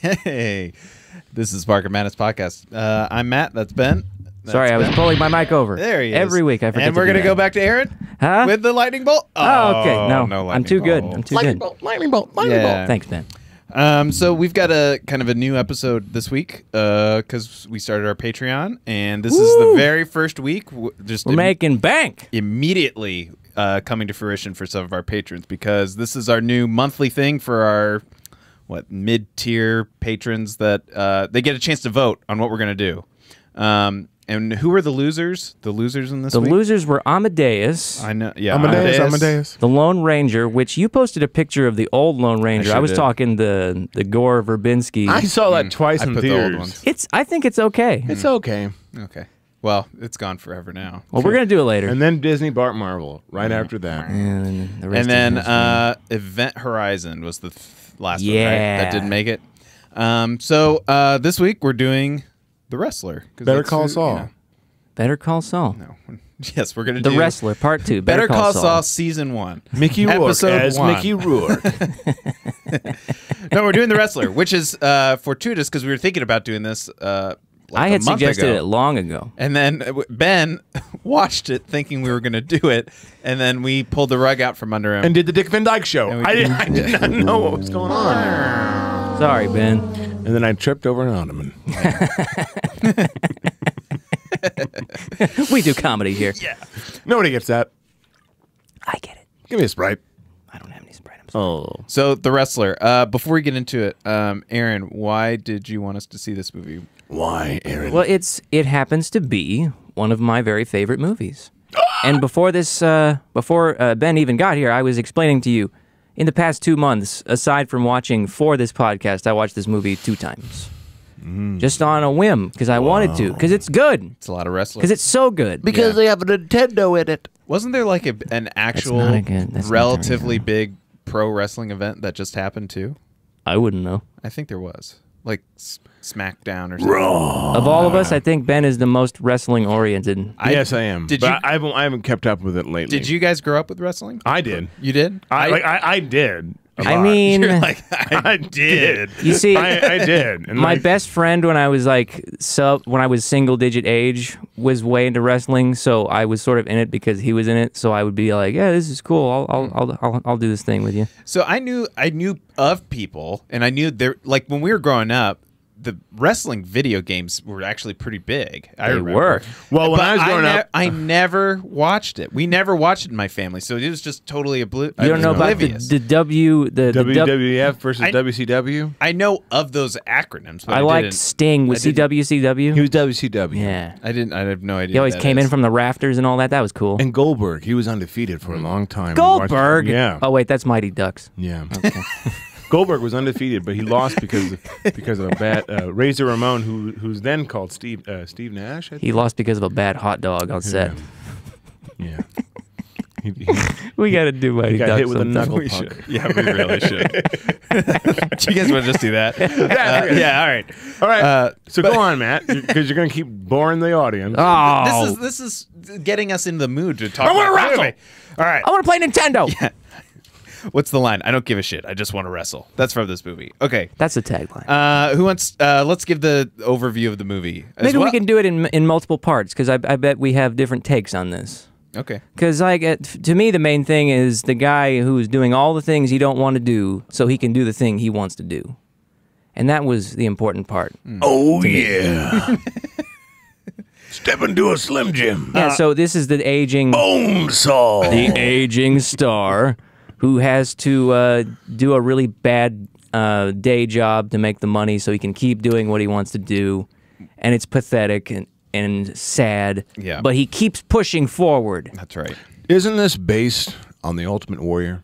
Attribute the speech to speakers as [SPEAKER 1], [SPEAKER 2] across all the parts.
[SPEAKER 1] Hey, this is Parker Madness Podcast. Uh, I'm Matt. That's Ben. That's
[SPEAKER 2] Sorry, I was
[SPEAKER 1] Ben.
[SPEAKER 2] pulling my mic over.
[SPEAKER 1] There he is.
[SPEAKER 2] Every week I forget.
[SPEAKER 1] And we're
[SPEAKER 2] to do
[SPEAKER 1] gonna go
[SPEAKER 2] that.
[SPEAKER 1] back to Aaron
[SPEAKER 2] Huh?
[SPEAKER 1] with the lightning bolt.
[SPEAKER 2] oh, okay. No,
[SPEAKER 1] no
[SPEAKER 2] I'm
[SPEAKER 1] lightning
[SPEAKER 2] too good.
[SPEAKER 1] bolt.
[SPEAKER 2] I'm too good.
[SPEAKER 3] lightning bolt, lightning
[SPEAKER 1] Yeah.
[SPEAKER 2] Thanks, Ben.
[SPEAKER 1] Um, so we've got a kind of a new episode this week because we started our Patreon, and this is the
[SPEAKER 2] Woo!
[SPEAKER 1] very first week. w- Just
[SPEAKER 2] We're
[SPEAKER 1] im-
[SPEAKER 2] making bank.
[SPEAKER 1] immediately uh, coming to fruition for some of our patrons because this is our new monthly thing for our what mid-tier patrons that uh, they get a chance to vote on what we're gonna do. Um, and who are the losers? The losers in this
[SPEAKER 2] The
[SPEAKER 1] week?
[SPEAKER 2] losers were Amadeus,
[SPEAKER 1] I know. Yeah,
[SPEAKER 3] Amadeus, Amadeus.
[SPEAKER 2] the Lone Ranger, which you posted a picture of the old Lone Ranger. I,
[SPEAKER 1] sure
[SPEAKER 2] was
[SPEAKER 1] did.
[SPEAKER 2] talking the the Gore Verbinski.
[SPEAKER 3] I saw that twice
[SPEAKER 1] Mm. I
[SPEAKER 3] in
[SPEAKER 1] put the
[SPEAKER 3] theaters.
[SPEAKER 1] old ones. Mm.
[SPEAKER 2] it's. I think it's okay.
[SPEAKER 3] It's okay.
[SPEAKER 1] Okay. Well, it's gone forever now.
[SPEAKER 2] well, we're gonna do it later.
[SPEAKER 3] And then Disney bought Marvel right
[SPEAKER 1] Mm.
[SPEAKER 3] after that.
[SPEAKER 2] And then, the rest
[SPEAKER 1] and then
[SPEAKER 2] is-
[SPEAKER 1] uh, Event Horizon was the th- last one, right?
[SPEAKER 2] Yeah.
[SPEAKER 1] That didn't make it. Um, so uh, this week we're doing The Wrestler. 'cause
[SPEAKER 3] Better
[SPEAKER 1] that's
[SPEAKER 3] Call
[SPEAKER 1] who-
[SPEAKER 3] Saul.
[SPEAKER 2] Better Call Saul,
[SPEAKER 1] no. Yes, we're gonna
[SPEAKER 2] the
[SPEAKER 1] do
[SPEAKER 2] Wrestler Part Two.
[SPEAKER 1] Better Call Saul season one.
[SPEAKER 3] Mickey Rourke
[SPEAKER 1] Episode
[SPEAKER 3] as
[SPEAKER 1] one.
[SPEAKER 3] Mickey Rourke.
[SPEAKER 1] no, we're doing The Wrestler, which is uh, fortuitous because we were thinking about doing this. Uh, like
[SPEAKER 2] I
[SPEAKER 1] a
[SPEAKER 2] had
[SPEAKER 1] month
[SPEAKER 2] suggested
[SPEAKER 1] ago.
[SPEAKER 2] it long ago.
[SPEAKER 1] And then uh, w- Ben watched it thinking we were going to do it. And then we pulled the rug out from under him.
[SPEAKER 3] and did the Dick Van Dyke show. I did, I did not know what was going on.
[SPEAKER 2] Sorry, Ben.
[SPEAKER 3] And then I tripped over an ottoman.
[SPEAKER 2] we do comedy here.
[SPEAKER 3] Nobody gets that.
[SPEAKER 2] I get it.
[SPEAKER 3] Give me a sprite.
[SPEAKER 2] I don't have any Sprite. I'm sorry.
[SPEAKER 3] Oh,
[SPEAKER 1] so, The Wrestler, uh, before we get into it, um, Aaron, why did you want us to see this movie?
[SPEAKER 3] why, Aaron?
[SPEAKER 2] Well, it's it happens to be one of my very favorite movies. and before this, uh, before uh, Ben even got here, I was explaining to you. In the past two months, aside from watching for this podcast, I watched this movie two times,
[SPEAKER 1] Mm.
[SPEAKER 2] just on a whim because I wanted to, because it's good,
[SPEAKER 1] It's a lot of wrestlers.
[SPEAKER 2] because it's so good.
[SPEAKER 1] Because
[SPEAKER 3] they have a Nintendo in it.
[SPEAKER 1] Wasn't there like a, an actual,
[SPEAKER 2] not a good- that's not
[SPEAKER 1] relatively big pro wrestling event that just happened too?
[SPEAKER 2] I wouldn't know.
[SPEAKER 1] I think there was. Like S- SmackDown or something. Oh,
[SPEAKER 2] of all of us, I think Ben is the most wrestling oriented.
[SPEAKER 1] I-
[SPEAKER 3] yes, I am.
[SPEAKER 1] Did
[SPEAKER 3] but
[SPEAKER 1] you-
[SPEAKER 3] I haven't, I haven't kept up with it lately.
[SPEAKER 1] Did you guys grow up with wrestling?
[SPEAKER 3] I did.
[SPEAKER 1] You did?
[SPEAKER 3] I, like, I, I did. a
[SPEAKER 2] I
[SPEAKER 3] lot.
[SPEAKER 2] mean,
[SPEAKER 1] You're like,
[SPEAKER 3] I did.
[SPEAKER 2] You see-
[SPEAKER 3] I, I did. And
[SPEAKER 2] My
[SPEAKER 3] like,
[SPEAKER 2] best friend when I was like sub when I was single digit age was way into wrestling, so I was sort of in it because he was in it. So I would be like, "Yeah, this is cool. I'll I'll I'll, I'll, I'll do this thing with you."
[SPEAKER 1] So I knew I knew of people, and I knew there like when we were growing up, the wrestling video games were actually pretty big. I
[SPEAKER 2] They
[SPEAKER 1] remember.
[SPEAKER 2] were.
[SPEAKER 3] Well, when
[SPEAKER 1] But
[SPEAKER 3] I was growing up-
[SPEAKER 1] I never watched it. We never watched it in my family, so it was just totally obli-
[SPEAKER 2] You don't know about the, the W the, the W.
[SPEAKER 3] WWF versus
[SPEAKER 1] I-
[SPEAKER 3] WCW.
[SPEAKER 1] I know of those acronyms. But I,
[SPEAKER 2] I liked
[SPEAKER 1] Didn't,
[SPEAKER 2] Sting with
[SPEAKER 1] I didn't-
[SPEAKER 2] CWCW.
[SPEAKER 3] He was WCW.
[SPEAKER 2] yeah,
[SPEAKER 1] I didn't. I have no idea.
[SPEAKER 2] he always came in from the rafters and all that. That was cool.
[SPEAKER 3] And Goldberg, he was undefeated for a long time.
[SPEAKER 2] Mm. Goldberg.
[SPEAKER 3] yeah,
[SPEAKER 2] Oh wait, that's Mighty Ducks.
[SPEAKER 3] yeah. Goldberg was undefeated, but he lost because because of a bad uh, Razor Ramon, who who's then called Steve uh, Steve Nash. I think.
[SPEAKER 2] He lost because of a bad hot dog on set.
[SPEAKER 3] Yeah, he, he
[SPEAKER 2] We got to do Mighty
[SPEAKER 3] got
[SPEAKER 2] Ducks.
[SPEAKER 3] hit with a
[SPEAKER 2] sometime.
[SPEAKER 3] knuckle puck.
[SPEAKER 1] Yeah, we really should. do you guys want to just do that? Uh, yeah. All right.
[SPEAKER 3] All right,
[SPEAKER 1] Uh,
[SPEAKER 3] so go on, Matt, because you're going to keep boring the audience.
[SPEAKER 2] Oh,
[SPEAKER 1] This is this is getting us in the mood to talk.
[SPEAKER 3] I wanna
[SPEAKER 1] about the
[SPEAKER 3] wrestle!
[SPEAKER 1] movie. All right.
[SPEAKER 2] I want to play Nintendo.
[SPEAKER 1] What's the line? I don't give a shit. I just want to wrestle. That's from this movie. Okay.
[SPEAKER 2] That's the tagline.
[SPEAKER 1] Uh, who wants? Uh, let's give the overview of the movie. as
[SPEAKER 2] Maybe
[SPEAKER 1] well.
[SPEAKER 2] we can do it in in multiple parts because I, I bet we have different takes on this.
[SPEAKER 1] Okay.
[SPEAKER 2] Because like it- to me, the main thing is the guy who's doing all the things he don't want to do so he can do the thing he wants to do, and that was the important part.
[SPEAKER 3] oh yeah, step into a slim jim.
[SPEAKER 2] Yeah. So this is the aging
[SPEAKER 3] Boom saw.
[SPEAKER 2] the aging star who has to uh, do a really bad uh, day job to make the money so he can keep doing what he wants to do. And it's pathetic and, and sad.
[SPEAKER 1] Yeah.
[SPEAKER 2] But he keeps pushing forward.
[SPEAKER 1] That's right.
[SPEAKER 3] Isn't this based on the Ultimate Warrior?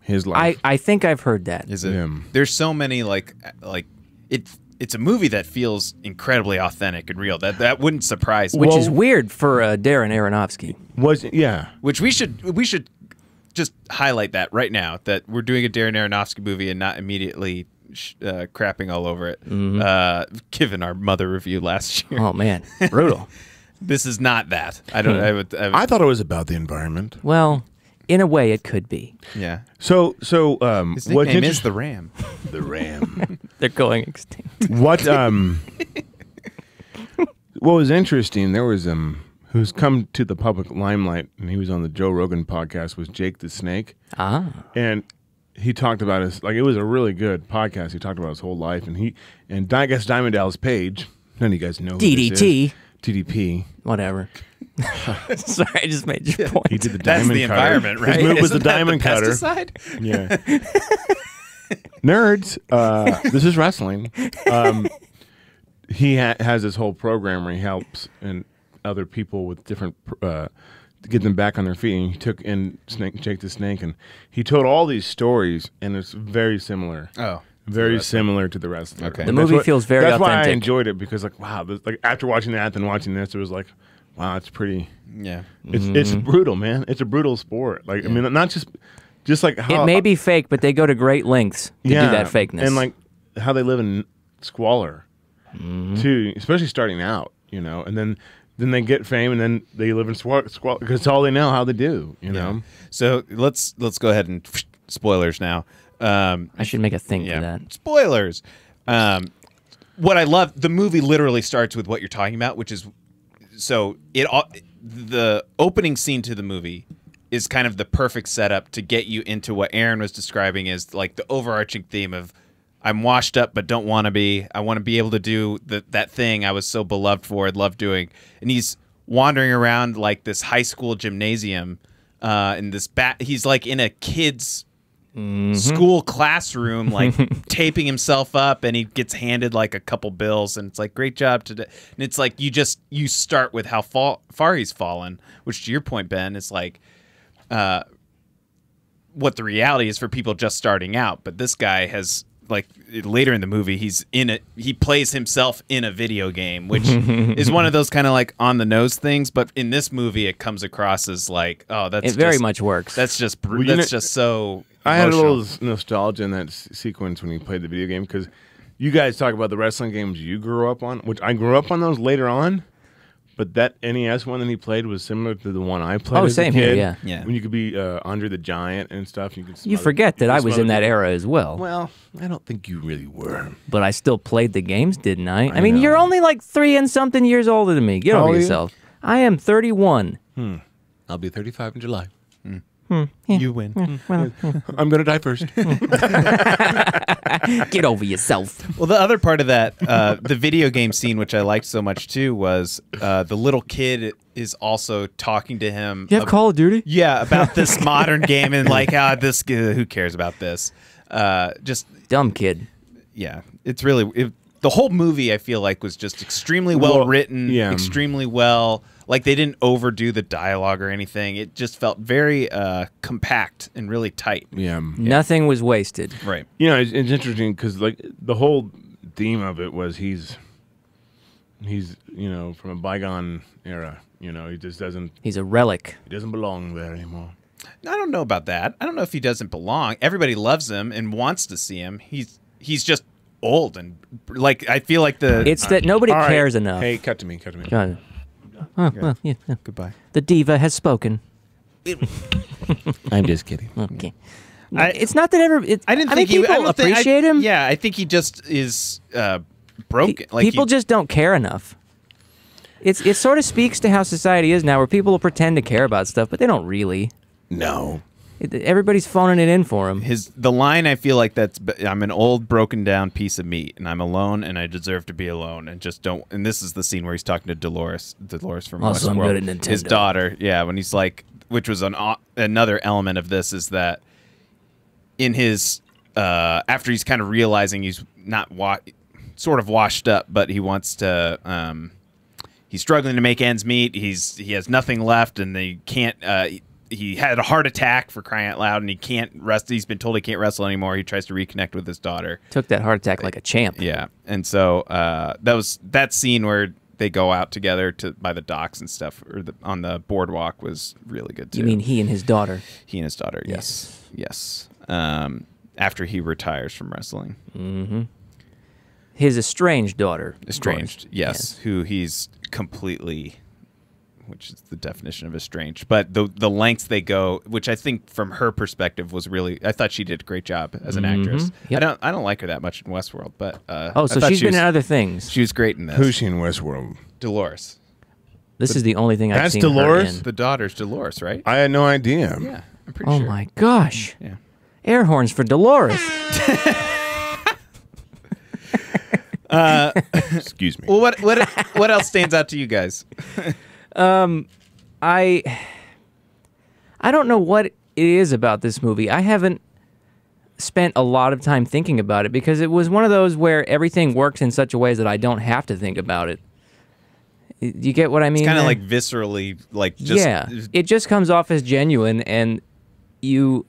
[SPEAKER 3] His
[SPEAKER 2] I,
[SPEAKER 3] life.
[SPEAKER 2] I think I've heard that.
[SPEAKER 1] Is it?
[SPEAKER 3] Yeah.
[SPEAKER 1] There's so many like like it. It's a movie that feels incredibly authentic and real. That that wouldn't surprise me.
[SPEAKER 2] Which
[SPEAKER 1] Well,
[SPEAKER 2] is weird for uh, Darren Aronofsky.
[SPEAKER 3] was yeah.
[SPEAKER 1] which we should we should just highlight that right now that we're doing a Darren Aronofsky movie and not immediately sh- uh, crapping all over it. Uh, given our mother review last year,
[SPEAKER 2] Oh, man. Brutal.
[SPEAKER 1] this is not that. I don't. I would. I would
[SPEAKER 3] I thought it was about the environment.
[SPEAKER 2] well, in a way, it could be.
[SPEAKER 1] Yeah.
[SPEAKER 3] So, so um,
[SPEAKER 1] His
[SPEAKER 3] what's
[SPEAKER 1] nickname is
[SPEAKER 3] interest-
[SPEAKER 1] the Ram.
[SPEAKER 3] the Ram.
[SPEAKER 2] They're going extinct.
[SPEAKER 3] What um what was interesting, there was um who's come to the public limelight and he was on the Joe Rogan podcast was Jake the Snake.
[SPEAKER 2] ah,
[SPEAKER 3] And he talked about his like it was a really good podcast. He talked about his whole life and he and I guess Diamond Dallas Page, none of you guys know who this
[SPEAKER 2] DDT.
[SPEAKER 3] is. DDP.
[SPEAKER 2] whatever. Sorry, I just made your point.
[SPEAKER 3] He did the
[SPEAKER 1] That's
[SPEAKER 3] diamond
[SPEAKER 1] the
[SPEAKER 3] cutter.
[SPEAKER 1] environment, right?
[SPEAKER 3] His move was
[SPEAKER 1] Isn't
[SPEAKER 3] the
[SPEAKER 1] that
[SPEAKER 3] diamond cutter.
[SPEAKER 1] pesticide?
[SPEAKER 3] Yeah. Nerds, uh, this is wrestling. Um, he ha- has this whole program where he helps and other people with different pr- uh, to get them back on their feet. And he took in Snake, Jake the Snake, and he told all these stories, and it's very similar.
[SPEAKER 1] Oh.
[SPEAKER 3] Very similar to the wrestler.
[SPEAKER 1] Okay. The
[SPEAKER 3] And that's
[SPEAKER 2] movie feels very
[SPEAKER 3] That's why I
[SPEAKER 2] authentic.
[SPEAKER 3] enjoyed it because, like, wow, this, like after watching that and watching this, it was like, wow, it's pretty.
[SPEAKER 1] Yeah.
[SPEAKER 3] It's it's
[SPEAKER 2] Mm-hmm.
[SPEAKER 3] brutal, man. It's a brutal sport. Like I mean, not just just like how
[SPEAKER 2] it may be fake, but they go to great lengths to do that fakeness.
[SPEAKER 3] Oh. and like how they live in squalor
[SPEAKER 2] Mm-hmm.
[SPEAKER 3] too, especially starting out, you know, and then then they get fame and then they live in squalor because it's all they know how they do, you know.
[SPEAKER 1] So let's let's go ahead and spoilers now. Um,
[SPEAKER 2] I should make a thing for that.
[SPEAKER 1] Spoilers. Um, what I love, the movie literally starts with what you're talking about, which is so it all the opening scene to the movie is kind of the perfect setup to get you into what Aaron was describing as like the overarching theme of I'm washed up but don't want to be. I want to be able to do the, that thing I was so beloved for and loved doing. And he's wandering around like this high school gymnasium uh, in this bat. He's like in a kid's
[SPEAKER 2] Mm-hmm.
[SPEAKER 1] school classroom, like taping himself up, and he gets handed like a couple bills, and it's like, great job today. And it's like you just you start with how fa- far he's fallen, which to your point, Ben, is like uh, what the reality is for people just starting out. But this guy has like later in the movie, he's in a he plays himself in a video game, which is one of those kind of like on the nose things. But in this movie, it comes across as like, oh, that's
[SPEAKER 2] It very
[SPEAKER 1] just-
[SPEAKER 2] much works.
[SPEAKER 1] that's just br-
[SPEAKER 3] Well, you
[SPEAKER 1] that's
[SPEAKER 3] know-
[SPEAKER 1] just so.
[SPEAKER 3] I had a
[SPEAKER 1] emotional.
[SPEAKER 3] little s- nostalgia in that s- sequence when he played the video game because you guys talk about the wrestling games you grew up on, which I grew up on those later on. But that NES one that he played was similar to the one I played.
[SPEAKER 2] Oh,
[SPEAKER 3] as a
[SPEAKER 2] same here,
[SPEAKER 3] kid,
[SPEAKER 2] yeah.
[SPEAKER 1] Yeah.
[SPEAKER 3] When you could be uh, Andre the Giant and stuff, you could.
[SPEAKER 2] you
[SPEAKER 3] smother-
[SPEAKER 2] forget that
[SPEAKER 3] could
[SPEAKER 2] I was
[SPEAKER 3] smother
[SPEAKER 2] in that
[SPEAKER 3] people.
[SPEAKER 2] era as well,
[SPEAKER 3] Well, I don't think you really were.
[SPEAKER 2] but I still played the games, didn't I? I, mean, you're only like three and something years older than me. Get
[SPEAKER 3] How
[SPEAKER 2] over
[SPEAKER 3] old are you?
[SPEAKER 2] yourself. I am 31.
[SPEAKER 3] I'll be 35 in July.
[SPEAKER 1] You win.
[SPEAKER 3] I'm gonna die first.
[SPEAKER 2] Get over yourself.
[SPEAKER 1] Well, the other part of that, uh, the video game scene, which I liked so much too, was uh, the little kid is also talking to him. ab-
[SPEAKER 2] Call of Duty?
[SPEAKER 1] yeah, about this modern game and like, ah, this uh, who cares about this? Uh, just
[SPEAKER 2] Dumb kid.
[SPEAKER 1] yeah, it's really it, the whole movie. I feel like was just extremely well,
[SPEAKER 3] Well,
[SPEAKER 1] written,
[SPEAKER 3] yeah.
[SPEAKER 1] extremely well. Like they didn't overdo the dialogue or anything. It just felt very uh, compact and really tight.
[SPEAKER 3] yeah.
[SPEAKER 2] Nothing was wasted.
[SPEAKER 1] Right.
[SPEAKER 3] You know, it's, it's interesting because like the whole theme of it was he's he's you know from a bygone era. You know, he just doesn't
[SPEAKER 2] He's a relic.
[SPEAKER 3] he doesn't belong there anymore.
[SPEAKER 1] I don't know about that. I don't know if he doesn't belong. Everybody loves him and wants to see him. He's he's just old and like I feel like the
[SPEAKER 2] It's that nobody
[SPEAKER 3] All right.
[SPEAKER 2] cares enough.
[SPEAKER 3] Hey, cut to me, cut to me.
[SPEAKER 2] God. Oh, well, yeah, yeah.
[SPEAKER 1] goodbye.
[SPEAKER 2] The diva has spoken.
[SPEAKER 3] I'm just kidding.
[SPEAKER 2] Okay.
[SPEAKER 1] I-
[SPEAKER 2] it's not that ever. It,
[SPEAKER 1] I didn't
[SPEAKER 2] I
[SPEAKER 1] think
[SPEAKER 2] mean,
[SPEAKER 1] he, I
[SPEAKER 2] people
[SPEAKER 1] don't think- I-
[SPEAKER 2] appreciate him.
[SPEAKER 1] Yeah, I think he just is uh, broken.
[SPEAKER 2] Pe-
[SPEAKER 1] like
[SPEAKER 2] people
[SPEAKER 1] he-
[SPEAKER 2] just don't care enough. It's it sort of speaks to how society is now, where people will pretend to care about stuff, but they don't really.
[SPEAKER 3] No.
[SPEAKER 2] It, everybody's phoning it in for him.
[SPEAKER 1] his the line I feel like that's b- I'm an old broken down piece of meat and I'm alone and I deserve to be alone and just don't and this is the scene where he's talking to Dolores Dolores from
[SPEAKER 2] Also, I'm
[SPEAKER 1] Westworld,
[SPEAKER 2] good at
[SPEAKER 1] his
[SPEAKER 2] Nintendo.
[SPEAKER 1] daughter yeah when he's like which was an au- another element of this is that in his uh after he's kind of realizing he's not wa- sort of washed up but he wants to um he's struggling to make ends meet. He's he has nothing left, and they can't. Uh, he- he had a heart attack for crying out loud, and he can't rest. He's been told he can't wrestle anymore. He tries to reconnect with his daughter.
[SPEAKER 2] Took that heart attack like a champ.
[SPEAKER 1] Yeah, and so uh, that was that scene where they go out together to by the docks and stuff, or the, on the boardwalk was really good too.
[SPEAKER 2] You mean he and his daughter?
[SPEAKER 1] he and his daughter? Yes, yes. Um, after he retires from wrestling,
[SPEAKER 2] His estranged daughter. of course.
[SPEAKER 1] estranged. Yes, who he's completely which is the definition of estranged, but the the lengths they go, which I think from her perspective was really, I thought she did a great job as an actress.
[SPEAKER 2] Mm-hmm. Yep.
[SPEAKER 1] I don't I don't like her that much in Westworld, but uh,
[SPEAKER 2] Oh,
[SPEAKER 1] I
[SPEAKER 2] so
[SPEAKER 1] thought
[SPEAKER 2] she's
[SPEAKER 1] she
[SPEAKER 2] been
[SPEAKER 1] was,
[SPEAKER 2] in other things.
[SPEAKER 1] she was great in this.
[SPEAKER 3] Who's she in Westworld?
[SPEAKER 1] Dolores?
[SPEAKER 2] this is the only thing I've
[SPEAKER 3] That's
[SPEAKER 2] seen
[SPEAKER 3] Dolores?
[SPEAKER 2] her in.
[SPEAKER 1] The daughter's Dolores, right?
[SPEAKER 3] I had no idea.
[SPEAKER 1] yeah, I'm pretty
[SPEAKER 2] oh
[SPEAKER 1] sure.
[SPEAKER 2] my gosh!
[SPEAKER 1] Yeah.
[SPEAKER 2] Air horns for Dolores.
[SPEAKER 3] Excuse me.
[SPEAKER 1] Well, what what what else stands out to you guys?
[SPEAKER 2] I I don't know what it is about this movie. I haven't spent a lot of time thinking about it because it was one of those where everything works in such a way that I don't have to think about it. Y- You get what I mean?
[SPEAKER 1] Kind of
[SPEAKER 2] there?
[SPEAKER 1] like viscerally, like just
[SPEAKER 2] yeah. It just comes off as genuine and you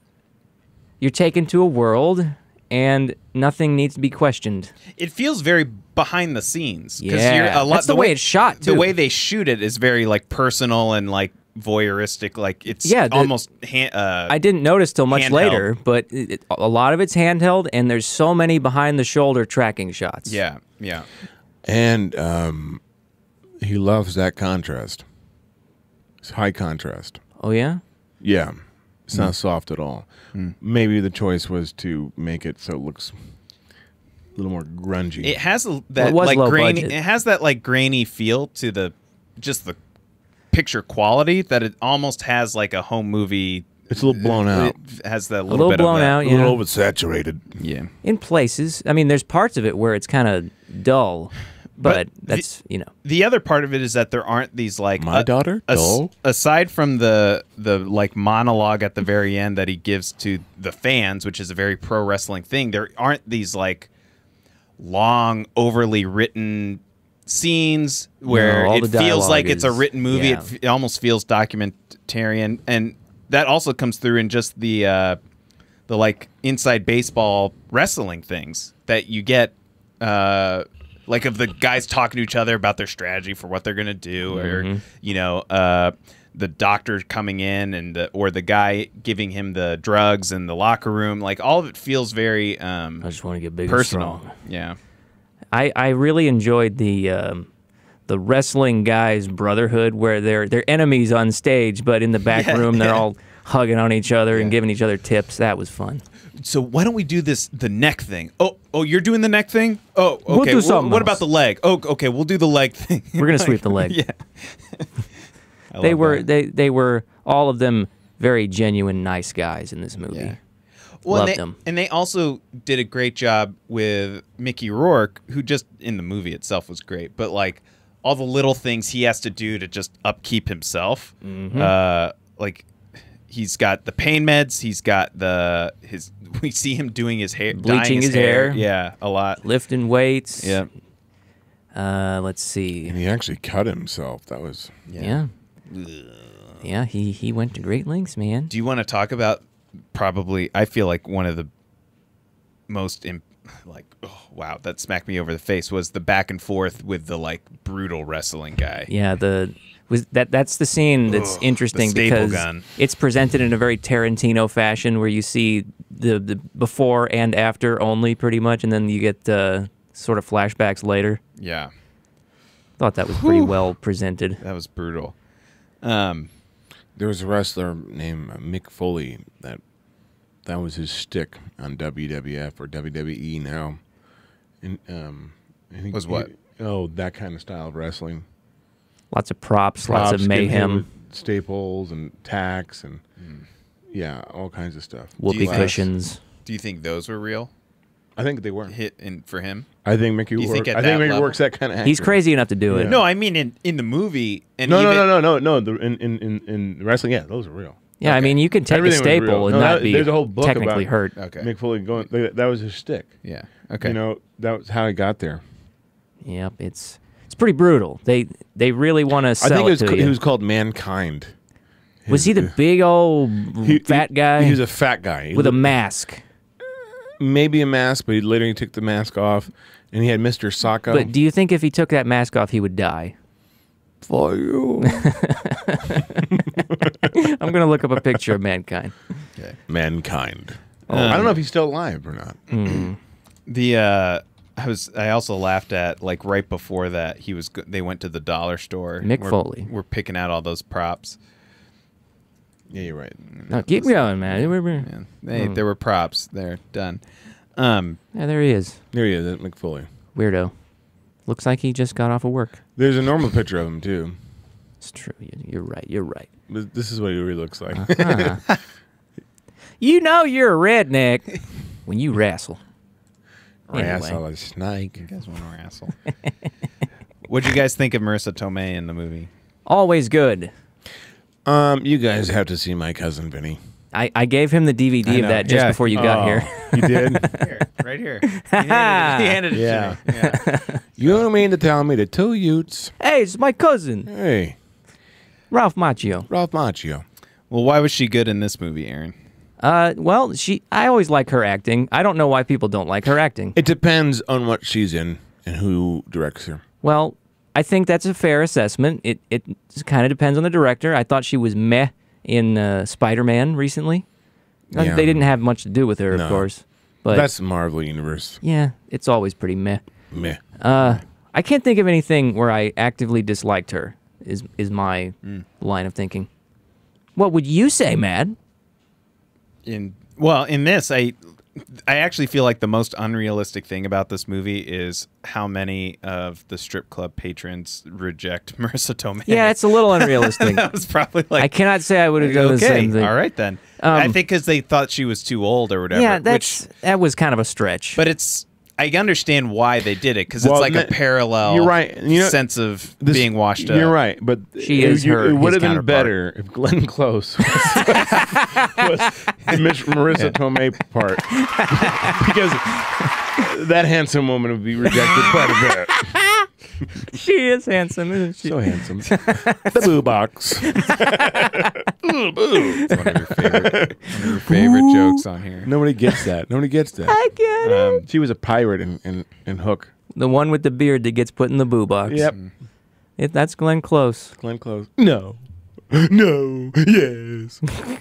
[SPEAKER 2] you're taken to a world and nothing needs to be questioned.
[SPEAKER 1] It feels very behind the scenes. 'cause
[SPEAKER 2] Yeah.
[SPEAKER 1] you're, a lot,
[SPEAKER 2] That's the way it's shot,
[SPEAKER 1] The
[SPEAKER 2] too.
[SPEAKER 1] way they shoot it is very like personal and like voyeuristic. Like it's
[SPEAKER 2] Yeah, the-
[SPEAKER 1] almost hand, uh,
[SPEAKER 2] I didn't notice till much
[SPEAKER 1] Handheld.
[SPEAKER 2] later, but it, it- a lot of it's handheld and there's so many behind the shoulder tracking shots.
[SPEAKER 1] yeah, yeah.
[SPEAKER 3] And um, he loves that contrast. It's high contrast.
[SPEAKER 2] Oh yeah?
[SPEAKER 3] Yeah. It's not soft at all. Maybe the choice was to make it so it looks a little more grungy.
[SPEAKER 1] It has a- that
[SPEAKER 2] it was
[SPEAKER 1] like
[SPEAKER 2] low
[SPEAKER 1] grainy.
[SPEAKER 2] budget.
[SPEAKER 1] It has that like grainy feel to the just the picture quality that it almost has like a home movie.
[SPEAKER 3] it's a little blown out.
[SPEAKER 1] It has that
[SPEAKER 2] A
[SPEAKER 1] little,
[SPEAKER 2] little,
[SPEAKER 1] bit
[SPEAKER 2] blown
[SPEAKER 1] of that.
[SPEAKER 2] out,
[SPEAKER 3] A
[SPEAKER 2] yeah.
[SPEAKER 3] little oversaturated.
[SPEAKER 1] Yeah.
[SPEAKER 2] in places. I mean, there's parts of it where it's kind of dull, but,
[SPEAKER 1] But
[SPEAKER 2] that's you know.
[SPEAKER 1] the other part of it is that there aren't these like
[SPEAKER 3] My daughter? Dull?
[SPEAKER 1] aside from the the like monologue at the very end that he gives to the fans which is a very pro wrestling thing there aren't these like long overly written scenes where
[SPEAKER 2] all
[SPEAKER 1] it
[SPEAKER 2] the
[SPEAKER 1] feels like
[SPEAKER 2] dialogue
[SPEAKER 1] it's a
[SPEAKER 2] is-
[SPEAKER 1] written movie
[SPEAKER 2] yeah.
[SPEAKER 1] it, f- it almost feels documentarian and that also comes through in just the uh the like inside baseball wrestling things that you get uh like of the guys talking to each other about their strategy for what they're going to do
[SPEAKER 2] Mm-hmm.
[SPEAKER 1] or you know uh the doctor coming in and the, or the guy giving him the drugs in the locker room like all of it feels very
[SPEAKER 2] I
[SPEAKER 1] um
[SPEAKER 2] just want to get big
[SPEAKER 1] personal yeah
[SPEAKER 2] I I really enjoyed the um, the wrestling guys brotherhood where they're they're enemies on stage, but in the back
[SPEAKER 1] Yeah,
[SPEAKER 2] room they're
[SPEAKER 1] yeah.
[SPEAKER 2] all hugging on each other and giving each other tips. That was fun.
[SPEAKER 1] so why don't we do this the neck thing oh oh you're doing the neck thing oh okay
[SPEAKER 2] We'll do
[SPEAKER 1] wh-
[SPEAKER 2] something
[SPEAKER 1] what
[SPEAKER 2] else.
[SPEAKER 1] about the leg oh okay we'll do the leg thing
[SPEAKER 2] We're gonna sweep the leg.
[SPEAKER 1] yeah I
[SPEAKER 2] they
[SPEAKER 1] love
[SPEAKER 2] were
[SPEAKER 1] that.
[SPEAKER 2] they they were all of them very genuine nice guys in this movie.
[SPEAKER 1] Yeah. well,
[SPEAKER 2] Loved
[SPEAKER 1] and they,
[SPEAKER 2] him.
[SPEAKER 1] And they also did a great job with Mickey Rourke, who just in the movie itself was great, but like all the little things he has to do to just upkeep himself.
[SPEAKER 2] Mm-hmm.
[SPEAKER 1] Uh, like he's got the pain meds, he's got the his. We see him doing his hair, dyeing
[SPEAKER 2] Bleaching his hair.
[SPEAKER 1] Yeah, a lot.
[SPEAKER 2] Lifting weights.
[SPEAKER 1] Yeah,
[SPEAKER 2] Uh, let's see.
[SPEAKER 3] And he actually cut himself. That was.
[SPEAKER 2] Yeah. Yeah, he, he went to great lengths, man.
[SPEAKER 1] Do you want to talk about probably? I feel like one of the most imp- like oh, wow that smacked me over the face was the back and forth with the like brutal wrestling guy.
[SPEAKER 2] Yeah, the was that that's the scene that's
[SPEAKER 1] Ugh, the
[SPEAKER 2] interesting
[SPEAKER 1] staple
[SPEAKER 2] because
[SPEAKER 1] gun.
[SPEAKER 2] it's presented in a very Tarantino fashion where you see the, the before and after only pretty much and then you get uh, sort of flashbacks later.
[SPEAKER 1] Yeah,
[SPEAKER 2] Thought that was pretty well presented.
[SPEAKER 1] that was brutal. Um,
[SPEAKER 3] There was a wrestler named Mick Foley that that was his stick on WWF or WWE now. And um, I think
[SPEAKER 1] Was
[SPEAKER 3] he-
[SPEAKER 1] what?
[SPEAKER 3] oh, that kind of style of wrestling.
[SPEAKER 2] Lots of props, lots
[SPEAKER 3] Props,
[SPEAKER 2] of
[SPEAKER 3] getting hit
[SPEAKER 2] mayhem,
[SPEAKER 3] with staples and tacks and yeah, all kinds of stuff.
[SPEAKER 1] Do
[SPEAKER 2] whoopee
[SPEAKER 1] you-
[SPEAKER 2] cushions.
[SPEAKER 1] do you think those were real
[SPEAKER 3] I think they were.
[SPEAKER 1] hit in for him?
[SPEAKER 3] I think Mickey.
[SPEAKER 1] You
[SPEAKER 3] Rourke,
[SPEAKER 1] think at
[SPEAKER 3] I think
[SPEAKER 1] that
[SPEAKER 3] Mickey
[SPEAKER 1] level?
[SPEAKER 3] Rourke's that kind of.
[SPEAKER 2] He's crazy enough to do it.
[SPEAKER 3] Yeah.
[SPEAKER 1] No, I mean in in the movie and
[SPEAKER 3] No, no,
[SPEAKER 1] even-
[SPEAKER 3] no, no, no, no. The, in, in, in, in wrestling, yeah, those are real.
[SPEAKER 2] Yeah, I mean you can take
[SPEAKER 3] Everything
[SPEAKER 2] a
[SPEAKER 3] was real.
[SPEAKER 2] staple and
[SPEAKER 3] No,
[SPEAKER 2] not
[SPEAKER 3] that-
[SPEAKER 2] be
[SPEAKER 3] there's a whole book
[SPEAKER 2] technically
[SPEAKER 3] about-
[SPEAKER 2] hurt.
[SPEAKER 1] Okay.
[SPEAKER 3] Mick Foley going. That was his stick.
[SPEAKER 1] Yeah. Okay.
[SPEAKER 3] You know, that was how he got there.
[SPEAKER 2] Yep, it's it's pretty brutal. They they really want to sell
[SPEAKER 3] I think
[SPEAKER 2] it,
[SPEAKER 3] it was,
[SPEAKER 2] to
[SPEAKER 3] ca-
[SPEAKER 2] you.
[SPEAKER 3] he was called Mankind.
[SPEAKER 2] Was he the big old fat guy
[SPEAKER 3] He was a fat guy. He
[SPEAKER 2] with a
[SPEAKER 3] looked-
[SPEAKER 2] mask?
[SPEAKER 3] maybe a mask, but he literally took the mask off, and he had Mister Sacco.
[SPEAKER 1] Oh.
[SPEAKER 2] But do you think if he took that mask off, he would die?
[SPEAKER 3] for you,
[SPEAKER 2] I'm gonna look up a picture of mankind. Oh. Mm.
[SPEAKER 3] Mankind. I don't know if he's still alive or not.
[SPEAKER 1] the uh I was. I also laughed at like right before that he was. go- They went to the dollar store.
[SPEAKER 2] Mick
[SPEAKER 1] we're,
[SPEAKER 2] Foley.
[SPEAKER 1] We're picking out all those props.
[SPEAKER 3] Yeah, you're right.
[SPEAKER 2] No, keep going, man. We're- we're-
[SPEAKER 1] Man, they there were props. They're done. Um,
[SPEAKER 2] Yeah, there he is.
[SPEAKER 3] There he is, at McFoley.
[SPEAKER 2] Weirdo. Looks like he just got off of work.
[SPEAKER 3] There's a normal picture of him too.
[SPEAKER 2] It's true. You- You're right. You're right.
[SPEAKER 3] But This is what he really looks like.
[SPEAKER 2] Huh. you know you're a redneck when you wrestle.
[SPEAKER 3] Rascal is snake.
[SPEAKER 1] you guys want to wrestle? what do you guys think of Marissa Tomei in the movie?
[SPEAKER 2] Always good.
[SPEAKER 3] Um, you guys have to see my cousin Vinny.
[SPEAKER 2] I, I gave him the DVD
[SPEAKER 1] I
[SPEAKER 2] of
[SPEAKER 1] know.
[SPEAKER 2] that just
[SPEAKER 1] Yeah. Oh.
[SPEAKER 2] before you got here.
[SPEAKER 3] Oh. you did.
[SPEAKER 1] Here, right here. He handed it, he handed it
[SPEAKER 3] Yeah.
[SPEAKER 1] to me. Yeah.
[SPEAKER 3] You don't mean to tell me the two Utes?
[SPEAKER 2] hey, it's my cousin,
[SPEAKER 3] Hey,
[SPEAKER 2] Ralph Macchio.
[SPEAKER 3] Ralph Macchio.
[SPEAKER 1] Well, why was she good in this movie, Aaron?
[SPEAKER 2] Uh, well, she I always like her acting. I don't know why people don't like her acting.
[SPEAKER 3] It depends on what she's in and who directs her.
[SPEAKER 2] Well, I think that's a fair assessment. It it kind of depends on the director. I thought she was meh in uh, Spider Man recently. Uh,
[SPEAKER 3] Yeah.
[SPEAKER 2] They didn't have much to do with her,
[SPEAKER 3] No.
[SPEAKER 2] of course. But
[SPEAKER 3] That's the Marvel Universe.
[SPEAKER 2] yeah, it's always pretty meh.
[SPEAKER 3] Meh.
[SPEAKER 2] Uh, I can't think of anything where I actively disliked her. Is is my
[SPEAKER 1] Hmm.
[SPEAKER 2] line of thinking? What would you say, Mad?
[SPEAKER 1] in well in this i i actually feel like the most unrealistic thing about this movie is how many of the strip club patrons reject marissa tomei
[SPEAKER 2] Yeah, it's a little unrealistic.
[SPEAKER 1] that was probably like
[SPEAKER 2] I cannot say I would have done
[SPEAKER 1] okay
[SPEAKER 2] the same thing. Um,
[SPEAKER 1] all right then i think because they thought she was too old or whatever
[SPEAKER 2] Yeah, that's
[SPEAKER 1] which,
[SPEAKER 2] that was kind of a stretch.
[SPEAKER 1] but it's i understand why they did it because
[SPEAKER 3] Well,
[SPEAKER 1] it's like a
[SPEAKER 3] th-
[SPEAKER 1] parallel
[SPEAKER 3] you're right. You know,
[SPEAKER 1] sense of
[SPEAKER 3] This-
[SPEAKER 1] being washed up
[SPEAKER 3] You're right, but
[SPEAKER 2] She
[SPEAKER 3] it,
[SPEAKER 2] is
[SPEAKER 3] you-
[SPEAKER 2] her-
[SPEAKER 3] It would
[SPEAKER 2] his
[SPEAKER 3] have been
[SPEAKER 2] counterpart.
[SPEAKER 3] better if Glenn Close was, was Miss Marissa Tomei part because that handsome woman would be rejected quite a bit.
[SPEAKER 2] she is handsome, isn't she?
[SPEAKER 3] So handsome. the boo box. Ooh, boo.
[SPEAKER 1] It's one of your favorite, one of your favorite jokes on here
[SPEAKER 3] Nobody gets that. Nobody gets that.
[SPEAKER 2] I get it.
[SPEAKER 1] um,
[SPEAKER 3] She was a pirate in, in, in Hook. Mm-hmm.
[SPEAKER 2] The one with the beard that gets put in the boo box. It, that's Glenn Close.
[SPEAKER 3] Glenn Close. No. No. Yes.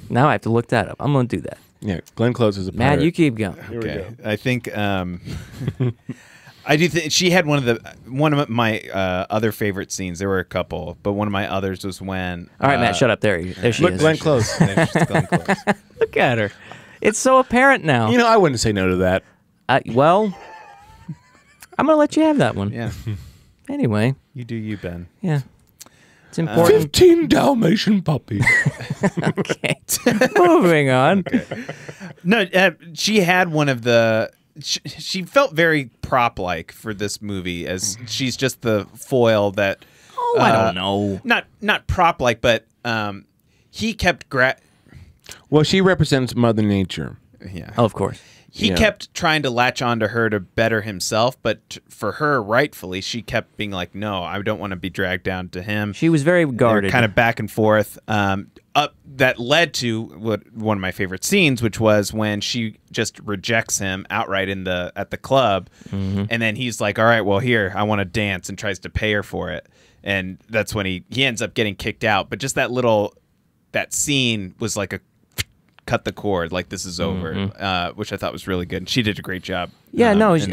[SPEAKER 2] Now I have to look that up. I'm going to do that.
[SPEAKER 3] yeah, Glenn Close is a pirate.
[SPEAKER 2] Matt, you keep going.
[SPEAKER 3] Here we
[SPEAKER 1] Okay,
[SPEAKER 3] go.
[SPEAKER 1] I think um, I do think she had one of the one of my uh, other favorite scenes. There were a couple, but one of my others was when. uh,
[SPEAKER 2] All right, Matt, shut up. There, you- there she
[SPEAKER 3] Look,
[SPEAKER 2] is.
[SPEAKER 3] Glenn Close.
[SPEAKER 2] Look at her. It's so apparent now.
[SPEAKER 3] you know, I wouldn't say no to that.
[SPEAKER 2] uh, well, I'm going to let you have that one.
[SPEAKER 1] yeah,
[SPEAKER 2] Anyway,
[SPEAKER 1] you do you, Ben.
[SPEAKER 2] yeah. It's important.
[SPEAKER 3] Fifteen Dalmatian puppies.
[SPEAKER 2] okay. Moving on.
[SPEAKER 1] No, uh, she had one of the. She, she felt very prop like for this movie, as she's just the foil that. uh,
[SPEAKER 2] Oh, I don't know.
[SPEAKER 1] Not not prop like, but um, he kept gra-
[SPEAKER 3] well, she represents Mother Nature.
[SPEAKER 1] Yeah.
[SPEAKER 2] Oh, of course.
[SPEAKER 1] he
[SPEAKER 3] Yeah.
[SPEAKER 1] kept trying to latch onto her to better himself, but t- for her, rightfully, she kept being like, "No, I don't want to be dragged down to him."
[SPEAKER 2] She was very
[SPEAKER 1] They were
[SPEAKER 2] guarded.
[SPEAKER 1] kind of back and forth. Um, up that led to what one of my favorite scenes, which was when she just rejects him outright in the at the club,
[SPEAKER 2] Mm-hmm.
[SPEAKER 1] and then he's like, "All right, well, here, I want to dance," and tries to pay her for it, and that's when he he ends up getting kicked out. But just that little that scene was like a cut the cord, like this is over, uh, which I thought was really good. And she did a great job.
[SPEAKER 2] Mm-hmm. yeah,
[SPEAKER 1] um,
[SPEAKER 2] no.
[SPEAKER 1] in
[SPEAKER 2] it's-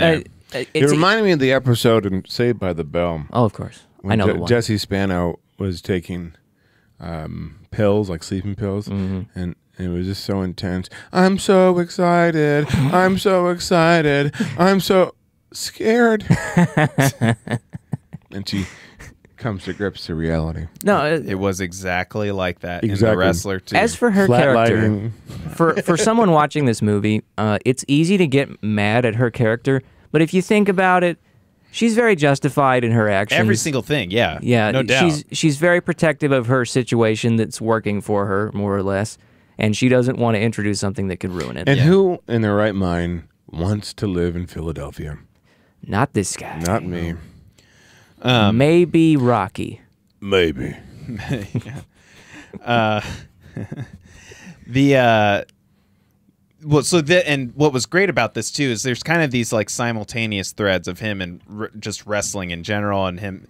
[SPEAKER 1] there.
[SPEAKER 2] Uh, it's
[SPEAKER 3] It reminded me of the episode in Saved by the Bell.
[SPEAKER 2] oh, of course. I know
[SPEAKER 3] Je-
[SPEAKER 2] the one.
[SPEAKER 3] Jesse Spano was taking um, pills, like sleeping pills,
[SPEAKER 2] Mm-hmm.
[SPEAKER 3] and it was just so intense. I'm so excited. I'm so excited. I'm so scared. and she comes to grips to reality.
[SPEAKER 2] no, uh,
[SPEAKER 1] it was exactly like that in
[SPEAKER 3] Exactly.
[SPEAKER 1] the wrestler too.
[SPEAKER 2] as for her
[SPEAKER 3] Flat
[SPEAKER 2] character.
[SPEAKER 3] lighting.
[SPEAKER 2] for for someone watching this movie, uh, it's easy to get mad at her character, but if you think about it, she's very justified in her actions.
[SPEAKER 1] Every single thing, yeah,
[SPEAKER 2] yeah,
[SPEAKER 1] no doubt.
[SPEAKER 2] she's she's very protective of her situation that's working for her more or less, and she doesn't want to introduce something that could ruin it.
[SPEAKER 3] And who in their right mind wants to live in Philadelphia?
[SPEAKER 2] Not this guy.
[SPEAKER 3] Not me.
[SPEAKER 1] Um,
[SPEAKER 2] Maybe Rocky.
[SPEAKER 3] Maybe.
[SPEAKER 1] the uh well so the and what was great about this too is there's kind of these like simultaneous threads of him and r- just wrestling in general and him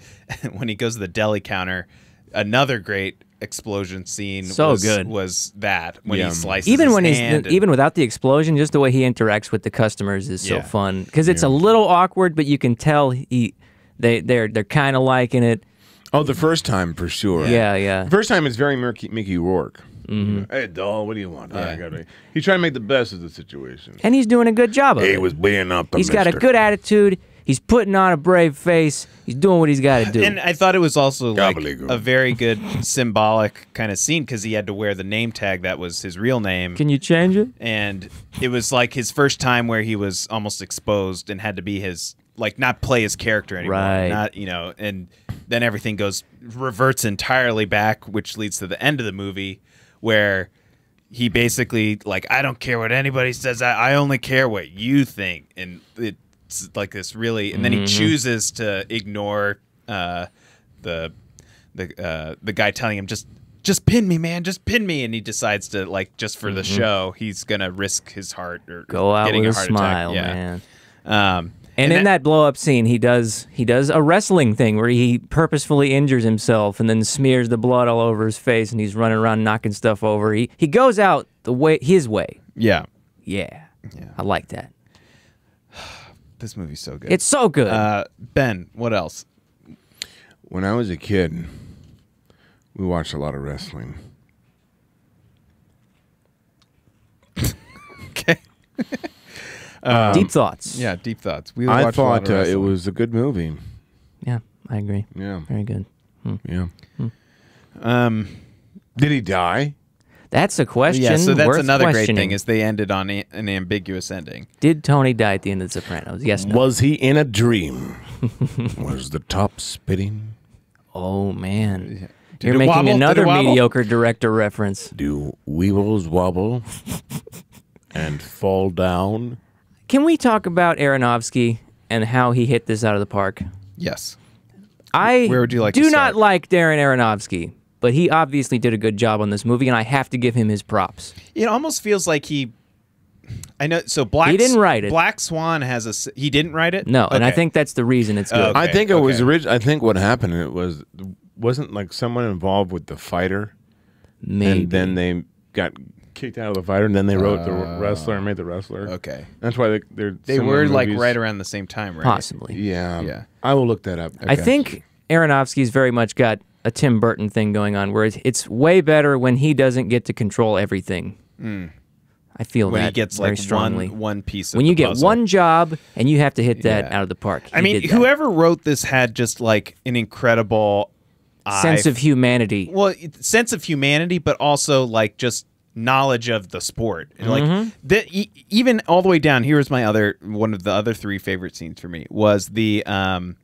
[SPEAKER 1] when he goes to the deli counter another great explosion scene
[SPEAKER 2] So
[SPEAKER 1] was,
[SPEAKER 2] good.
[SPEAKER 1] was that when
[SPEAKER 3] Yeah.
[SPEAKER 1] he slices
[SPEAKER 2] even
[SPEAKER 1] his
[SPEAKER 2] when he's
[SPEAKER 1] hand and-
[SPEAKER 2] even without the explosion, just the way he interacts with the customers is so
[SPEAKER 1] Yeah.
[SPEAKER 2] fun because it's a little awkward, but you can tell he they they're they're kind of liking it.
[SPEAKER 3] Oh, the first time for sure.
[SPEAKER 2] Yeah, yeah.
[SPEAKER 3] First time is very Mickey, Mickey Rourke. Hey, doll, what do you want? I got me. He's trying to make the best of the situation.
[SPEAKER 2] And he's doing a good job of it.
[SPEAKER 3] being up.
[SPEAKER 2] He's got a good attitude. He's putting on a brave face. He's doing what he's got to do.
[SPEAKER 1] And I thought it was also like
[SPEAKER 3] Gobbledygook.
[SPEAKER 1] a very good symbolic kind of scene because he had to wear the name tag that was his real name,
[SPEAKER 2] can you change it?
[SPEAKER 1] and it was like his first time where he was almost exposed and had to be his like not play his character anymore,
[SPEAKER 2] Right.
[SPEAKER 1] not you know, and then everything goes reverts entirely back, which leads to the end of the movie where he basically like I don't care what anybody says, I, I only care what you think, and it's like this really, and then
[SPEAKER 2] Mm-hmm.
[SPEAKER 1] he chooses to ignore uh, the the uh, the guy telling him just just pin me, man, just pin me, and he decides to like just for the show, he's gonna risk his heart or
[SPEAKER 2] Mm-hmm. Go out
[SPEAKER 1] getting
[SPEAKER 2] with a,
[SPEAKER 1] heart
[SPEAKER 2] smile,
[SPEAKER 1] attack. Yeah.
[SPEAKER 2] man.
[SPEAKER 1] Um,
[SPEAKER 2] And, in that, blow up scene, he does he does a wrestling thing where he purposefully injures himself and then smears the blood all over his face, and he's running around knocking stuff over. He he goes out the way his way.
[SPEAKER 1] yeah,
[SPEAKER 2] Yeah, I like that.
[SPEAKER 1] this movie's so good.
[SPEAKER 2] It's so good.
[SPEAKER 1] uh, Ben, what else?
[SPEAKER 3] When I was a kid, we watched a lot of wrestling.
[SPEAKER 1] Okay,
[SPEAKER 2] Deep thoughts.
[SPEAKER 1] yeah, deep thoughts. We
[SPEAKER 3] I
[SPEAKER 1] watched a lot of
[SPEAKER 3] thought uh, it
[SPEAKER 1] wrestling.
[SPEAKER 3] was a good movie.
[SPEAKER 2] yeah, I agree.
[SPEAKER 3] Yeah,
[SPEAKER 2] Very good.
[SPEAKER 3] yeah.
[SPEAKER 1] Um,
[SPEAKER 3] Did he die?
[SPEAKER 2] That's a question.
[SPEAKER 1] yeah, so that's
[SPEAKER 2] worth
[SPEAKER 1] another great
[SPEAKER 2] questioning.
[SPEAKER 1] thing is they ended on a- an ambiguous ending.
[SPEAKER 2] did Tony die at the end of The Sopranos? Yes. No.
[SPEAKER 3] Was he in a dream? Was the top spitting?
[SPEAKER 2] Oh man,
[SPEAKER 1] Did
[SPEAKER 2] you're
[SPEAKER 1] it
[SPEAKER 2] making
[SPEAKER 1] wobble? Did it
[SPEAKER 2] another
[SPEAKER 1] wobble?
[SPEAKER 2] mediocre director reference.
[SPEAKER 3] Do weevils wobble and fall down?
[SPEAKER 2] Can we talk about Aronofsky and how he hit this out of the park?
[SPEAKER 1] Yes.
[SPEAKER 2] I
[SPEAKER 1] Where would you like
[SPEAKER 2] do
[SPEAKER 1] to
[SPEAKER 2] not
[SPEAKER 1] start?
[SPEAKER 2] like Darren Aronofsky, but he obviously did a good job on this movie, and I have to give him his props.
[SPEAKER 1] It almost feels like he. I know. So Black.
[SPEAKER 2] He didn't write it.
[SPEAKER 1] Black Swan has a. s- He didn't write it.
[SPEAKER 2] No, and I
[SPEAKER 1] Okay. Uh,
[SPEAKER 2] think that's the reason it's good.
[SPEAKER 1] Okay,
[SPEAKER 3] I think it was
[SPEAKER 1] okay.
[SPEAKER 3] orig- I think what happened it was wasn't like someone involved with the fighter,
[SPEAKER 2] Maybe.
[SPEAKER 3] and then they got kicked out of the fighter, and then they wrote the wrestler and made the wrestler.
[SPEAKER 1] Oh. Okay.
[SPEAKER 3] That's why they they're
[SPEAKER 1] They were like right around the same time, right?
[SPEAKER 2] possibly.
[SPEAKER 3] Yeah,
[SPEAKER 1] Yeah.
[SPEAKER 3] I will look that up.
[SPEAKER 2] I think Aronofsky's very much got a Tim Burton thing going on, where it's, it's way better when he doesn't get to control everything. I feel
[SPEAKER 1] Hmm. When
[SPEAKER 2] that
[SPEAKER 1] he gets
[SPEAKER 2] very
[SPEAKER 1] like
[SPEAKER 2] strongly.
[SPEAKER 1] one one piece. Of
[SPEAKER 2] when
[SPEAKER 1] the
[SPEAKER 2] you get
[SPEAKER 1] puzzle.
[SPEAKER 2] one job and you have to hit that
[SPEAKER 1] Yeah.
[SPEAKER 2] out of the park.
[SPEAKER 1] I
[SPEAKER 2] He
[SPEAKER 1] mean,
[SPEAKER 2] did that.
[SPEAKER 1] whoever wrote this had just like an incredible eye
[SPEAKER 2] sense of humanity.
[SPEAKER 1] well it- sense of humanity but also like just knowledge of the sport and like that e- even all the way down here was my other one of the other three favorite scenes for me was the um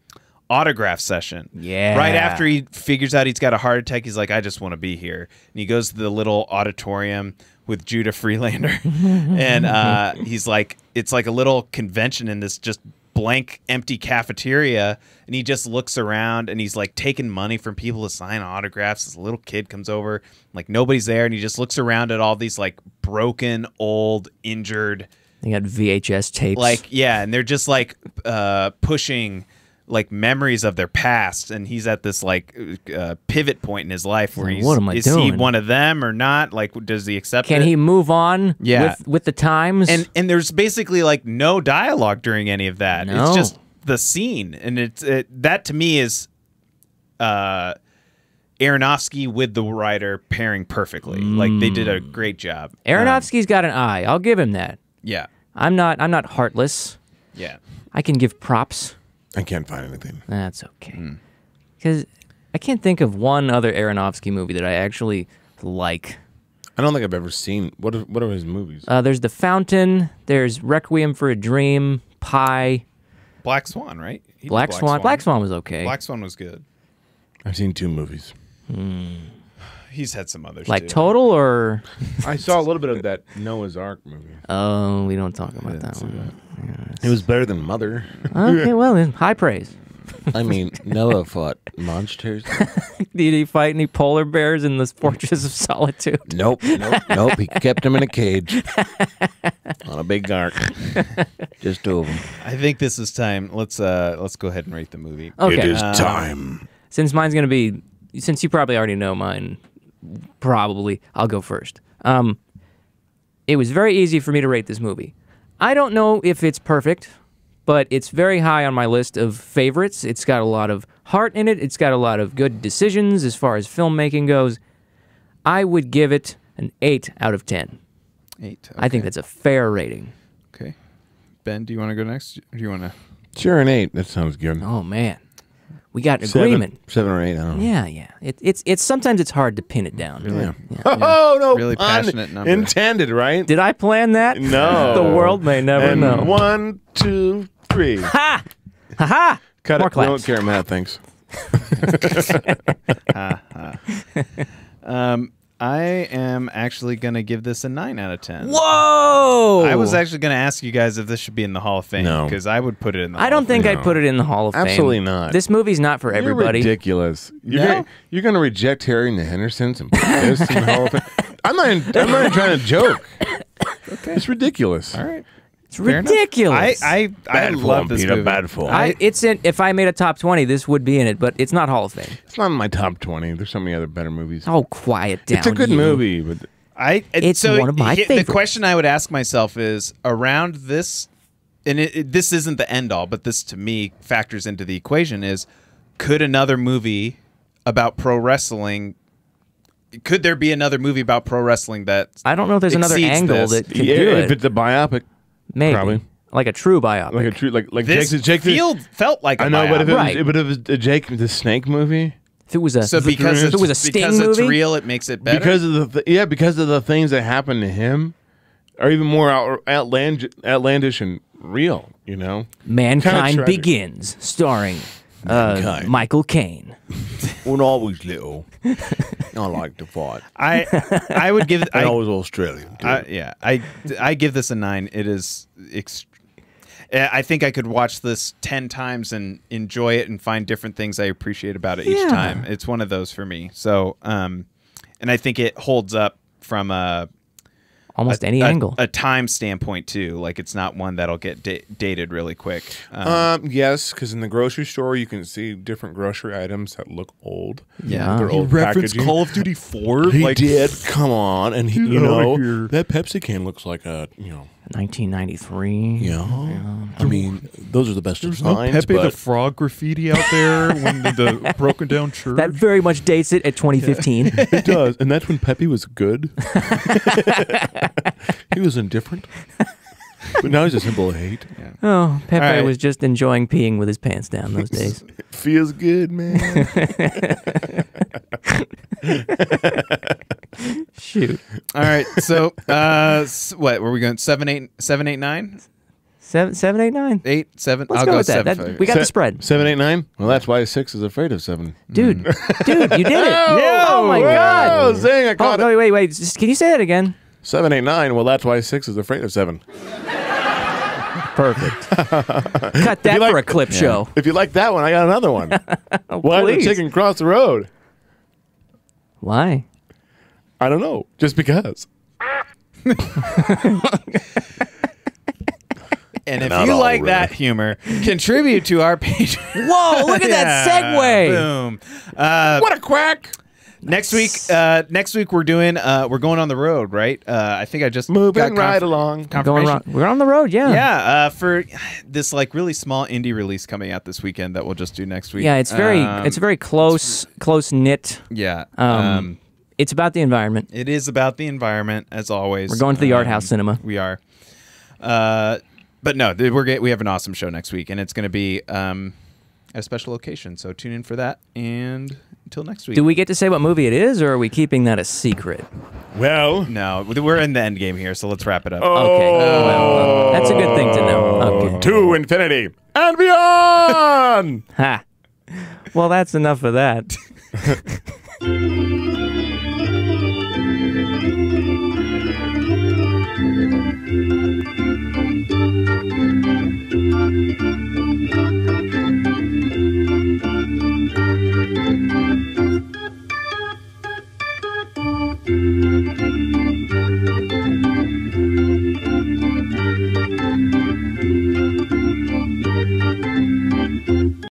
[SPEAKER 1] autograph session
[SPEAKER 2] Yeah.
[SPEAKER 1] right after he figures out he's got a heart attack he's like i just want to be here and he goes to the little auditorium with judah freelander and uh he's like it's like a little convention in this just blank empty cafeteria and he just looks around and he's like taking money from people to sign autographs this little kid comes over like nobody's there and he just looks around at all these like broken old injured
[SPEAKER 2] They got VHS tapes.
[SPEAKER 1] like yeah and they're just like uh pushing like memories of their past and he's at this like uh, pivot point in his life where
[SPEAKER 2] like,
[SPEAKER 1] he's
[SPEAKER 2] "What am I
[SPEAKER 1] is he
[SPEAKER 2] doing?"
[SPEAKER 1] one of them or not like does he accept
[SPEAKER 2] can
[SPEAKER 1] it?
[SPEAKER 2] he move on?
[SPEAKER 1] Yeah.
[SPEAKER 2] with, with the times.
[SPEAKER 1] and and there's basically like no dialogue during any of that.
[SPEAKER 2] No.
[SPEAKER 1] It's just the scene, and it's it, that to me is uh, Aronofsky with the writer pairing perfectly. Like they did
[SPEAKER 2] Mm.
[SPEAKER 1] a great job.
[SPEAKER 2] Aronofsky's
[SPEAKER 1] um,
[SPEAKER 2] got an eye. I'll give him that.
[SPEAKER 1] Yeah,
[SPEAKER 2] I'm not. I'm not heartless.
[SPEAKER 1] yeah.
[SPEAKER 2] I can give props.
[SPEAKER 3] I can't find anything.
[SPEAKER 2] That's
[SPEAKER 1] Hmm.
[SPEAKER 2] okay. Because I can't think of one other Aronofsky movie that I actually like.
[SPEAKER 3] I don't think I've ever seen what are, what are his movies.
[SPEAKER 2] Uh, there's The Fountain. There's Requiem for a Dream. Pie.
[SPEAKER 1] Black Swan, right? He did
[SPEAKER 2] Black, Swan. Black Swan was okay.
[SPEAKER 1] Black Swan was good.
[SPEAKER 3] I've seen two movies.
[SPEAKER 1] He's had some others
[SPEAKER 2] like
[SPEAKER 1] too.
[SPEAKER 2] total or
[SPEAKER 3] I saw a little bit of that Noah's Ark movie.
[SPEAKER 1] Uh.
[SPEAKER 2] oh, we don't talk about that one.
[SPEAKER 3] It was better than Mother.
[SPEAKER 2] Okay, well then, high praise.
[SPEAKER 3] I mean, Noah fought monsters.
[SPEAKER 2] Did he fight any polar bears in the Fortress of Solitude?
[SPEAKER 3] Nope, nope, nope. He kept him in a cage on a big ark. Just two of them.
[SPEAKER 1] I think this is time. Let's uh let's go ahead and rate the movie.
[SPEAKER 2] Okay.
[SPEAKER 4] It is time.
[SPEAKER 2] Since mine's gonna be, since you probably already know mine, probably. I'll go first. Um, it was very easy for me to rate this movie. I don't know if it's perfect, but it's very high on my list of favorites. It's got a lot of heart in it. It's got a lot of good decisions as far as filmmaking goes. I would give it an 8 out of 10.
[SPEAKER 1] Eight.
[SPEAKER 2] I think that's a fair rating.
[SPEAKER 1] okay. Ben, do you want to go next? Or do you want to?
[SPEAKER 3] Sure, an eight. That sounds good.
[SPEAKER 2] Oh man. We got
[SPEAKER 3] Seven-
[SPEAKER 2] agreement.
[SPEAKER 3] Seven or eight. I don't know.
[SPEAKER 2] Yeah, yeah. It, it's it's sometimes it's hard to pin it down.
[SPEAKER 3] Oh no!
[SPEAKER 1] Really
[SPEAKER 3] pun
[SPEAKER 1] passionate number.
[SPEAKER 3] Intended, right?
[SPEAKER 2] Did I plan that?
[SPEAKER 3] No.
[SPEAKER 2] the world may never
[SPEAKER 3] and
[SPEAKER 2] know.
[SPEAKER 3] one, two, three.
[SPEAKER 2] Ha! Ha ha!
[SPEAKER 3] Cut
[SPEAKER 2] More
[SPEAKER 3] it. We Don't
[SPEAKER 2] claps.
[SPEAKER 3] care, Matt. Thanks.
[SPEAKER 1] Um, I am actually going to give this a nine out of ten.
[SPEAKER 2] Whoa!
[SPEAKER 1] I was actually going to ask you guys if this should be in the Hall of Fame
[SPEAKER 3] No.
[SPEAKER 1] because I would put it in the.
[SPEAKER 2] I
[SPEAKER 1] Hall
[SPEAKER 2] don't
[SPEAKER 1] of Fame.
[SPEAKER 2] think I'd put it in the Hall of Fame.
[SPEAKER 3] Absolutely not.
[SPEAKER 2] This movie's not for everybody.
[SPEAKER 3] You're ridiculous. You're,
[SPEAKER 1] No?
[SPEAKER 3] gonna, you're gonna reject Harry and the Hendersons and put this in the Hall of Fame. I'm not. even- I'm not even trying to joke. It's ridiculous.
[SPEAKER 1] All right.
[SPEAKER 2] it's
[SPEAKER 1] Fair enough.
[SPEAKER 2] ridiculous.
[SPEAKER 1] I I, I love this movie.
[SPEAKER 3] form.
[SPEAKER 2] I- it's in. If I made a top twenty, this would be in it, but it's not Hall of Fame.
[SPEAKER 3] it's not in my top twenty. There's so many other better movies.
[SPEAKER 2] Oh, quiet down.
[SPEAKER 3] it's a good
[SPEAKER 2] you.
[SPEAKER 3] movie, but
[SPEAKER 1] I and
[SPEAKER 2] It's
[SPEAKER 1] so
[SPEAKER 2] one of my
[SPEAKER 1] he-
[SPEAKER 2] favorites.
[SPEAKER 1] The question I would ask myself is around this, and it, it- this isn't the end all, but this to me factors into the equation is could another movie about pro wrestling? Could there be another movie about pro wrestling that
[SPEAKER 2] I don't know if there's another
[SPEAKER 1] exceeds
[SPEAKER 2] angle
[SPEAKER 1] this?
[SPEAKER 2] that can
[SPEAKER 3] yeah,
[SPEAKER 2] do
[SPEAKER 3] if
[SPEAKER 2] it.
[SPEAKER 3] it's a biopic,
[SPEAKER 2] Maybe
[SPEAKER 3] probably.
[SPEAKER 2] like a true biopic.
[SPEAKER 3] like a true, like like
[SPEAKER 1] this
[SPEAKER 3] Jake, Jake the-
[SPEAKER 1] field felt like
[SPEAKER 3] I know, but if it
[SPEAKER 2] Right.
[SPEAKER 3] was, but if it was a Jake the Snake movie,
[SPEAKER 2] if it was a
[SPEAKER 1] so because
[SPEAKER 2] if
[SPEAKER 1] it's,
[SPEAKER 2] it was a Sting
[SPEAKER 1] because it's
[SPEAKER 2] movie,
[SPEAKER 1] real, it makes it better.
[SPEAKER 3] because of the th- yeah, because of the things that happened to him, are even more out- outland- outlandish and real. You know,
[SPEAKER 2] Mankind
[SPEAKER 3] tragic.
[SPEAKER 2] Begins, starring uh,
[SPEAKER 3] Mankind.
[SPEAKER 2] Michael Caine.
[SPEAKER 3] when I was little, I liked to fight.
[SPEAKER 1] I I would give I,
[SPEAKER 3] was Australian.
[SPEAKER 1] I, yeah, I I give this a nine. It is. Ext- eh, I think I could watch this ten times and enjoy it and find different things I appreciate about it
[SPEAKER 2] Yeah.
[SPEAKER 1] each time. It's one of those for me. So, um, and I think it holds up from a
[SPEAKER 2] Almost any
[SPEAKER 1] a,
[SPEAKER 2] angle.
[SPEAKER 1] a time standpoint too. Like it's not one that'll get da- dated really quick. Um,
[SPEAKER 3] Um, yes, because in the grocery store you can see different grocery items that look old.
[SPEAKER 1] Yeah.
[SPEAKER 3] they're old packaging.
[SPEAKER 1] of Duty Four.
[SPEAKER 3] he did. Come on, and he, you
[SPEAKER 1] out of
[SPEAKER 3] know
[SPEAKER 1] here.
[SPEAKER 3] that Pepsi can looks like a you know
[SPEAKER 2] 1993.
[SPEAKER 3] you know. I mean, those are the best designs. but
[SPEAKER 1] Frog graffiti out there when the broken down church.
[SPEAKER 2] That very much dates it at 2015.
[SPEAKER 3] it does, and that's when Pepe was good. he was indifferent, but now he's a symbol of hate.
[SPEAKER 2] oh, Pepe
[SPEAKER 1] All right.
[SPEAKER 2] was just enjoying peeing with his pants down those days.
[SPEAKER 3] Feels good, man.
[SPEAKER 2] Shoot.
[SPEAKER 1] All right, so uh, s- what were we going? Seven, eight, seven, eight, nine,
[SPEAKER 2] Seven, seven, eight, nine.
[SPEAKER 1] eight, seven.
[SPEAKER 2] Let's
[SPEAKER 1] I'll
[SPEAKER 2] go
[SPEAKER 1] go
[SPEAKER 2] with that.
[SPEAKER 1] seven.
[SPEAKER 2] That-
[SPEAKER 1] five. Mm.
[SPEAKER 2] we got the spread.
[SPEAKER 3] Seven, eight, nine. Well, that's why six is afraid of seven.
[SPEAKER 2] Dude, dude, you did it. oh my
[SPEAKER 3] Oh,
[SPEAKER 2] God.
[SPEAKER 3] zing! I
[SPEAKER 2] Oh,
[SPEAKER 3] caught it.
[SPEAKER 2] no, wait, wait. Just, can you say that again?
[SPEAKER 3] Seven, eight, nine. Well, that's why six is afraid of seven.
[SPEAKER 2] Perfect. Cut that
[SPEAKER 3] like-
[SPEAKER 2] for a clip show.
[SPEAKER 3] If you like that one, I got another one. Why did the
[SPEAKER 2] please.
[SPEAKER 3] chicken cross the road?
[SPEAKER 2] Why?
[SPEAKER 3] I don't know. Just because.
[SPEAKER 1] and if
[SPEAKER 3] Not
[SPEAKER 1] you
[SPEAKER 3] all
[SPEAKER 1] like
[SPEAKER 3] really.
[SPEAKER 1] that humor, contribute to our Patreon.
[SPEAKER 2] Whoa, look at that segue.
[SPEAKER 1] Boom. Uh,
[SPEAKER 3] What a quack!
[SPEAKER 1] next week, uh, next week we're doing. Uh, we're going on the road, right? Uh, I think I just
[SPEAKER 3] Moving
[SPEAKER 1] got conf-
[SPEAKER 3] right along.
[SPEAKER 2] Going
[SPEAKER 1] Confirmation.
[SPEAKER 2] wrong. We're on the road, yeah.
[SPEAKER 1] Yeah, uh, for this like really small indie release coming out this weekend that we'll just do next week.
[SPEAKER 2] Yeah, it's very
[SPEAKER 1] Um,
[SPEAKER 2] it's very close close knit.
[SPEAKER 1] yeah.
[SPEAKER 2] Um,
[SPEAKER 1] um,
[SPEAKER 2] it's about the environment.
[SPEAKER 1] It is about the environment, as always. Um,
[SPEAKER 2] We're going to the Yard House Cinema.
[SPEAKER 1] We are. Uh, but no, th- we're get, we have an awesome show next week, and it's going to be um, at a special location. So tune in for that. And until next week.
[SPEAKER 2] Do we get to say what movie it is, or are we keeping that a secret?
[SPEAKER 3] Well,
[SPEAKER 1] no, we're in the end game here, so let's wrap it up.
[SPEAKER 3] Oh,
[SPEAKER 2] Okay, well, that's a good thing to know. Okay,
[SPEAKER 3] to infinity and beyond.
[SPEAKER 2] ha. Well, that's enough of that.